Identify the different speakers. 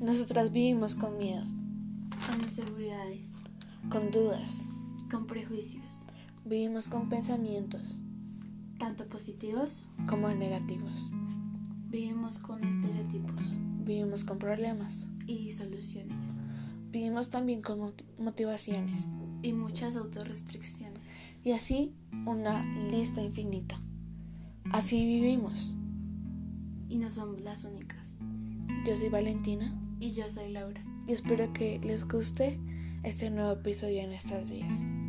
Speaker 1: Nosotras vivimos con miedos,
Speaker 2: con inseguridades,
Speaker 1: con dudas,
Speaker 2: con prejuicios,
Speaker 1: vivimos con pensamientos,
Speaker 2: tanto positivos,
Speaker 1: como negativos,
Speaker 2: vivimos con estereotipos
Speaker 1: vivimos con problemas,
Speaker 2: y soluciones
Speaker 1: vivimos también con moti- motivaciones
Speaker 2: y muchas autorrestricciones.
Speaker 1: y así una lista infinita. Así vivimos.
Speaker 2: Y no son las únicas.
Speaker 1: Yo soy Valentina
Speaker 2: Y yo soy Laura.
Speaker 1: y espero que les guste este nuevo episodio de nuestras vidas.